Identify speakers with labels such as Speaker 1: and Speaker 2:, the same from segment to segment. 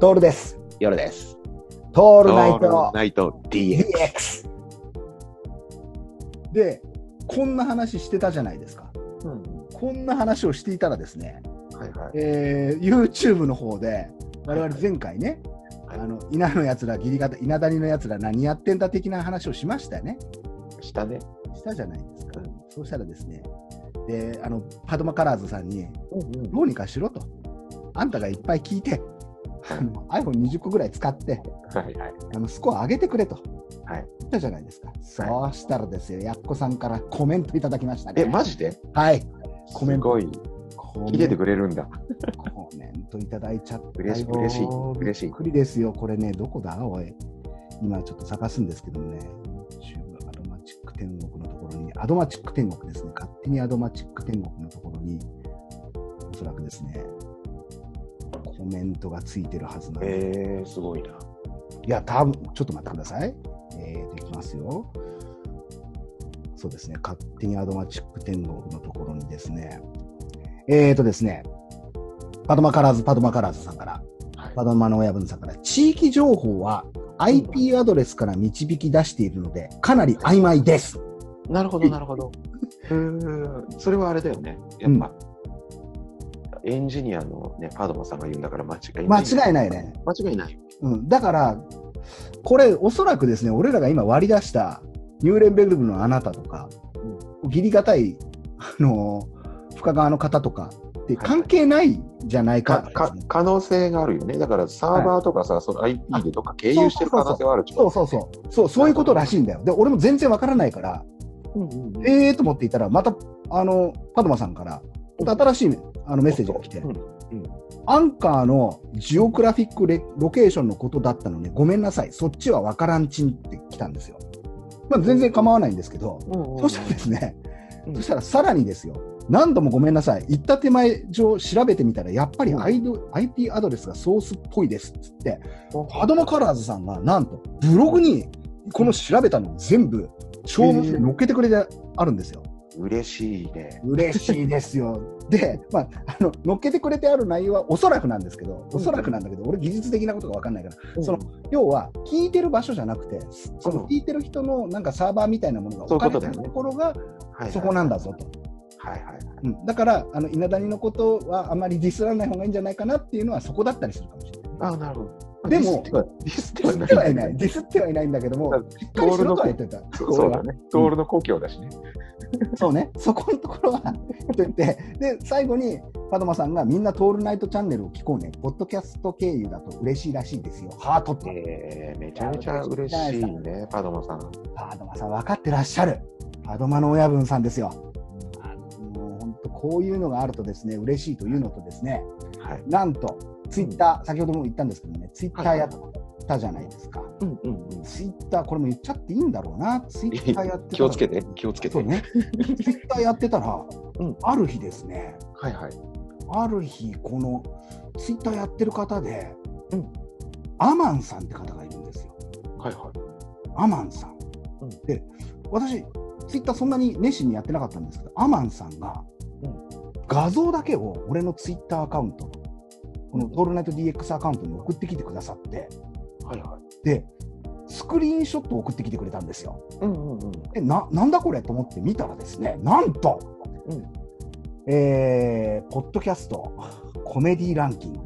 Speaker 1: トールです。
Speaker 2: 夜です。
Speaker 1: ト
Speaker 2: オ
Speaker 1: ールナイト
Speaker 2: ナイト DX。
Speaker 1: DX。で、こんな話してたじゃないですか。
Speaker 2: うん
Speaker 1: こんな話をしていたらですね、
Speaker 2: はいはい。
Speaker 1: えー YouTube の方で、我々
Speaker 2: はい
Speaker 1: 前回ね、
Speaker 2: は
Speaker 1: あ
Speaker 2: い
Speaker 1: の稲のやつら、義理方、稲谷のやつら、何やってんだ的な話をしましたよね。
Speaker 2: 下ね。
Speaker 1: したじゃないですか。
Speaker 2: うん
Speaker 1: そうしたらですね、であのパドマカラーズさんに、どうにかしろと。あんたがいっぱい聞いて、
Speaker 2: はい
Speaker 1: あの iPhone20 個ぐらい使って、
Speaker 2: はいはい。
Speaker 1: あのスコア上げてくれと、
Speaker 2: はい
Speaker 1: 言ったじゃないですか。そうしたらですよ、やっこさんからコメントいただきましたね。
Speaker 2: え、マジで
Speaker 1: はい。コメン
Speaker 2: す
Speaker 1: ト。
Speaker 2: ごい。
Speaker 1: コメン
Speaker 2: 切れてくれるんだ。
Speaker 1: コメントいただいちゃったよ
Speaker 2: 嬉しい嬉しい嬉しい
Speaker 1: びっくりですよ、これね、どこだおい。今ちょっと探すんですけどもね、YouTube アドマチック天国のところに、アドマチック天国ですね、勝手にアドマチック天国のところに、おそらくですね、コメントがついてるはずなんで
Speaker 2: えー、すごいな。
Speaker 1: いや、多分ちょっと待ってください。えー、できますよ。そうですね、勝手にアドマチック天国のところにですね、えーとですね、パドマカラーズ、パドマカラーズさんから、
Speaker 2: はい
Speaker 1: パドマの親分さんから、地域情報は IP アドレスから導き出しているので、かなり曖昧です。
Speaker 2: なるほど、なるほど。うーん、それはあれだよね。やっぱ、エンジニアのね、パドマさんが言うんだから間違い
Speaker 1: 間
Speaker 2: ない。
Speaker 1: 違い
Speaker 2: い。
Speaker 1: ないね。
Speaker 2: 間違いない。
Speaker 1: うん、だから、これ、おそらくですね、俺らが今割り出した、ニューレンベルグのあなたとか、義理堅い、あのー深川の方とかって
Speaker 2: はい
Speaker 1: 関係ないじゃないか,、
Speaker 2: かか可能性があるよね。だからサーバーとかさ、その IP でどっか経由してる可能性はある
Speaker 1: そうそうそう。そう、そういうことらしいんだよ。で、俺も全然わからないから、
Speaker 2: う。うんうんうん
Speaker 1: ええーと思っていたら、また、あの、パドマさんから、また新しいあのメッセージが来て、
Speaker 2: うん
Speaker 1: アンカーのジオグラフィックレロケーションのことだったのね、ごめんなさい、そっちはわからんちんって来たんですよ。まあ、全然構わないんですけど、そしたらですね、
Speaker 2: うん
Speaker 1: そしたらさらにですよ、何度もごめんなさい、行った手前上調べてみたら、やっぱりアイド、IP アドレスがソースっぽいですっつって、アドマカラーズさんがなんと、ブログにこの調べたの全部、超文字で載っけてくれてあるんですよ。
Speaker 2: 嬉しいね。
Speaker 1: 嬉しいですよ。 で、まあ、あの乗っけてくれてある内容はおそらくなんですけど、おそらくなんだけど、俺、技術的なことが分かんないから、その要は聞いてる場所じゃなくて、その聞いてる人のなんかサーバーみたいなものが置かれてる
Speaker 2: そう
Speaker 1: と
Speaker 2: いう
Speaker 1: ころが
Speaker 2: はい
Speaker 1: そこなんだぞと。
Speaker 2: はいはい。
Speaker 1: うん、だから、あの稲谷のことはあまりディスらない方がいいんじゃないかなっていうのはそこだったりするかもしれない。
Speaker 2: ああ、なるほど。
Speaker 1: でも
Speaker 2: ディスって
Speaker 1: ディ
Speaker 2: は
Speaker 1: スっ
Speaker 2: ディスって
Speaker 1: て
Speaker 2: は
Speaker 1: はいい
Speaker 2: な。
Speaker 1: ないい、ディスってはいないんだけども
Speaker 2: だ、
Speaker 1: しっかりしろとは言ってた。
Speaker 2: そうそうだね。トールの故郷だしね。
Speaker 1: そうね、そこのところはと言って、で最後にパドマさんがみんなトールナイトチャンネルを聞こうね、ポッドキャスト経由だと嬉しいらしいですよ、ハートって。
Speaker 2: えー、めちゃめちゃ嬉しいね、パドマさん。
Speaker 1: パドマさん、分かってらっしゃる、パドマの親分さんですよ。あのもう本当、こういうのがあるとですね、嬉しいというのとですね、
Speaker 2: はい。
Speaker 1: なんとツイッター、先ほども言ったんですけどね、ツイッターやったじゃないですか。
Speaker 2: うんうんうん。
Speaker 1: ツイッター、これも言っちゃっていいんだろうな、ツイッターやってたら
Speaker 2: 気をつけて、気をつけ
Speaker 1: そ
Speaker 2: て。
Speaker 1: うね、ツイッターやってたら、
Speaker 2: うん
Speaker 1: ある日ですね、
Speaker 2: はいはい。
Speaker 1: ある日このツイッターやってる方で、
Speaker 2: うん
Speaker 1: アマンさんって方がいるんですよ
Speaker 2: はいは
Speaker 1: アマンさん、
Speaker 2: うん
Speaker 1: で私ツイッターそんなに熱心にやってなかったんですけどアマンさんが、
Speaker 2: うん
Speaker 1: 画像だけを俺のツイッターアカウントのこの「トールナイト DX」アカウントに送ってきてくださって
Speaker 2: い。はいはい。
Speaker 1: でスクリーンショットを送ってきてくれたんですよ
Speaker 2: うんうんうん。
Speaker 1: えななんだこれと思って見たらですねなんと、
Speaker 2: うん
Speaker 1: えーポッドキャストコメディランキング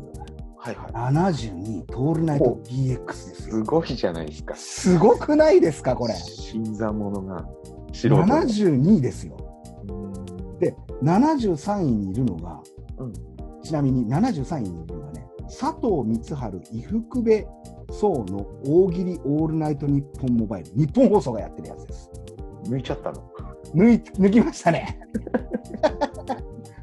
Speaker 2: はいはい。
Speaker 1: 72トールナイト DX です
Speaker 2: す
Speaker 1: よ
Speaker 2: ごいじゃないですか。
Speaker 1: すごくないですかこれ
Speaker 2: 新参者が素人。
Speaker 1: 72位ですよ
Speaker 2: うん
Speaker 1: で73位にいるのが、
Speaker 2: うん
Speaker 1: ちなみに73位にいるのがね佐藤光晴伊福部総の大喜利オールナイトニッポンモバイル日本放送がやってるやつです
Speaker 2: 抜いちゃったの。
Speaker 1: 抜い抜きましたね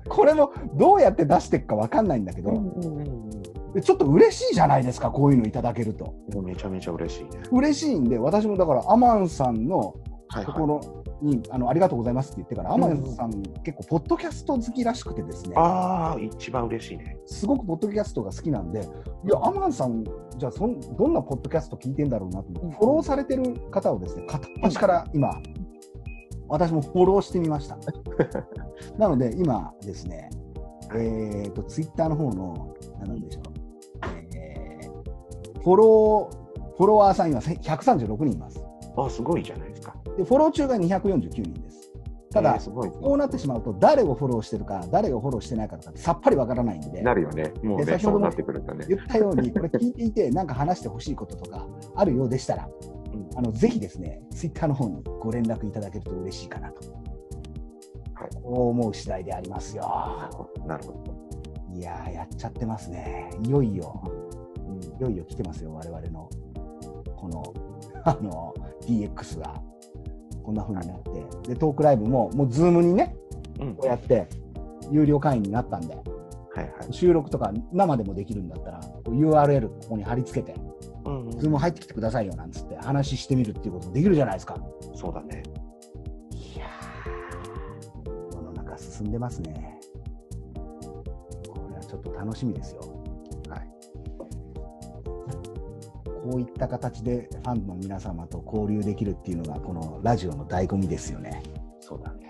Speaker 1: これもどうやって出していくか分かんないんだけど、
Speaker 2: うんうんうん。
Speaker 1: でちょっと嬉しいじゃないですかこういうのいただけると
Speaker 2: もうめちゃめちゃ嬉しいね。
Speaker 1: 嬉しいんで私もだからアマンさんの
Speaker 2: はい
Speaker 1: と
Speaker 2: はい
Speaker 1: こ。ろに、あのありがとうございますって言ってから、ア
Speaker 2: ん
Speaker 1: マンさん、結構、ポッドキャスト好きらしくてですね、
Speaker 2: ああ、一番嬉しいね。
Speaker 1: すごくポッドキャストが好きなんで、いや、アマンさん、じゃあそん、どんなポッドキャスト聞いてんだろうなと思って、
Speaker 2: うん
Speaker 1: フォローされてる方をですね、片っ端から今、私もフォローしてみま した。なので、今ですね、えっ、ー、と、ツイッターの方の、なんでしょう、えーフォロー、フォロワーさん今せ136人います。
Speaker 2: あ、すごいじゃないですか。
Speaker 1: で、フォロー中が249人です。ただ、
Speaker 2: えーすごいですね
Speaker 1: こうなってしまうと、誰をフォローしてるか、誰がフォローしてないかとかってさっぱりわからないんで、
Speaker 2: なるよね。もう
Speaker 1: で
Speaker 2: ね、
Speaker 1: 先ほ
Speaker 2: そ
Speaker 1: ど
Speaker 2: う
Speaker 1: も
Speaker 2: なってくるとね。
Speaker 1: 言ったように、これ聞いていて、なんか話してほしいこととかあるようでしたら、
Speaker 2: うん
Speaker 1: あのぜひですね、ツイッターの方にご連絡いただけると嬉しいかなと。
Speaker 2: はい
Speaker 1: こう思う次第であります
Speaker 2: な
Speaker 1: よ
Speaker 2: る。ほどなるほど。
Speaker 1: いやー、やっちゃってますね。いよいよ、いよいよ来てますよ、我々の、この、 あの、DX が。こんな風になって。で、トークライブも、もう、ズームにね、
Speaker 2: うん。
Speaker 1: こう
Speaker 2: は
Speaker 1: や
Speaker 2: い
Speaker 1: って、有料会員になったんで、
Speaker 2: はい。
Speaker 1: 収録とか生でもできるんだったら、こう URL ここに貼り付けて、
Speaker 2: うん
Speaker 1: ズーム入ってきてくださいよ、なんつって話してみるっていうこともできるじゃないですか。
Speaker 2: そうだね。
Speaker 1: いやー、世の中進んでますね。これはちょっと楽しみですよ。
Speaker 2: はい。
Speaker 1: こういった形でファンの皆様と交流できるっていうのが、このラジオの醍醐味ですよね。
Speaker 2: そうだね。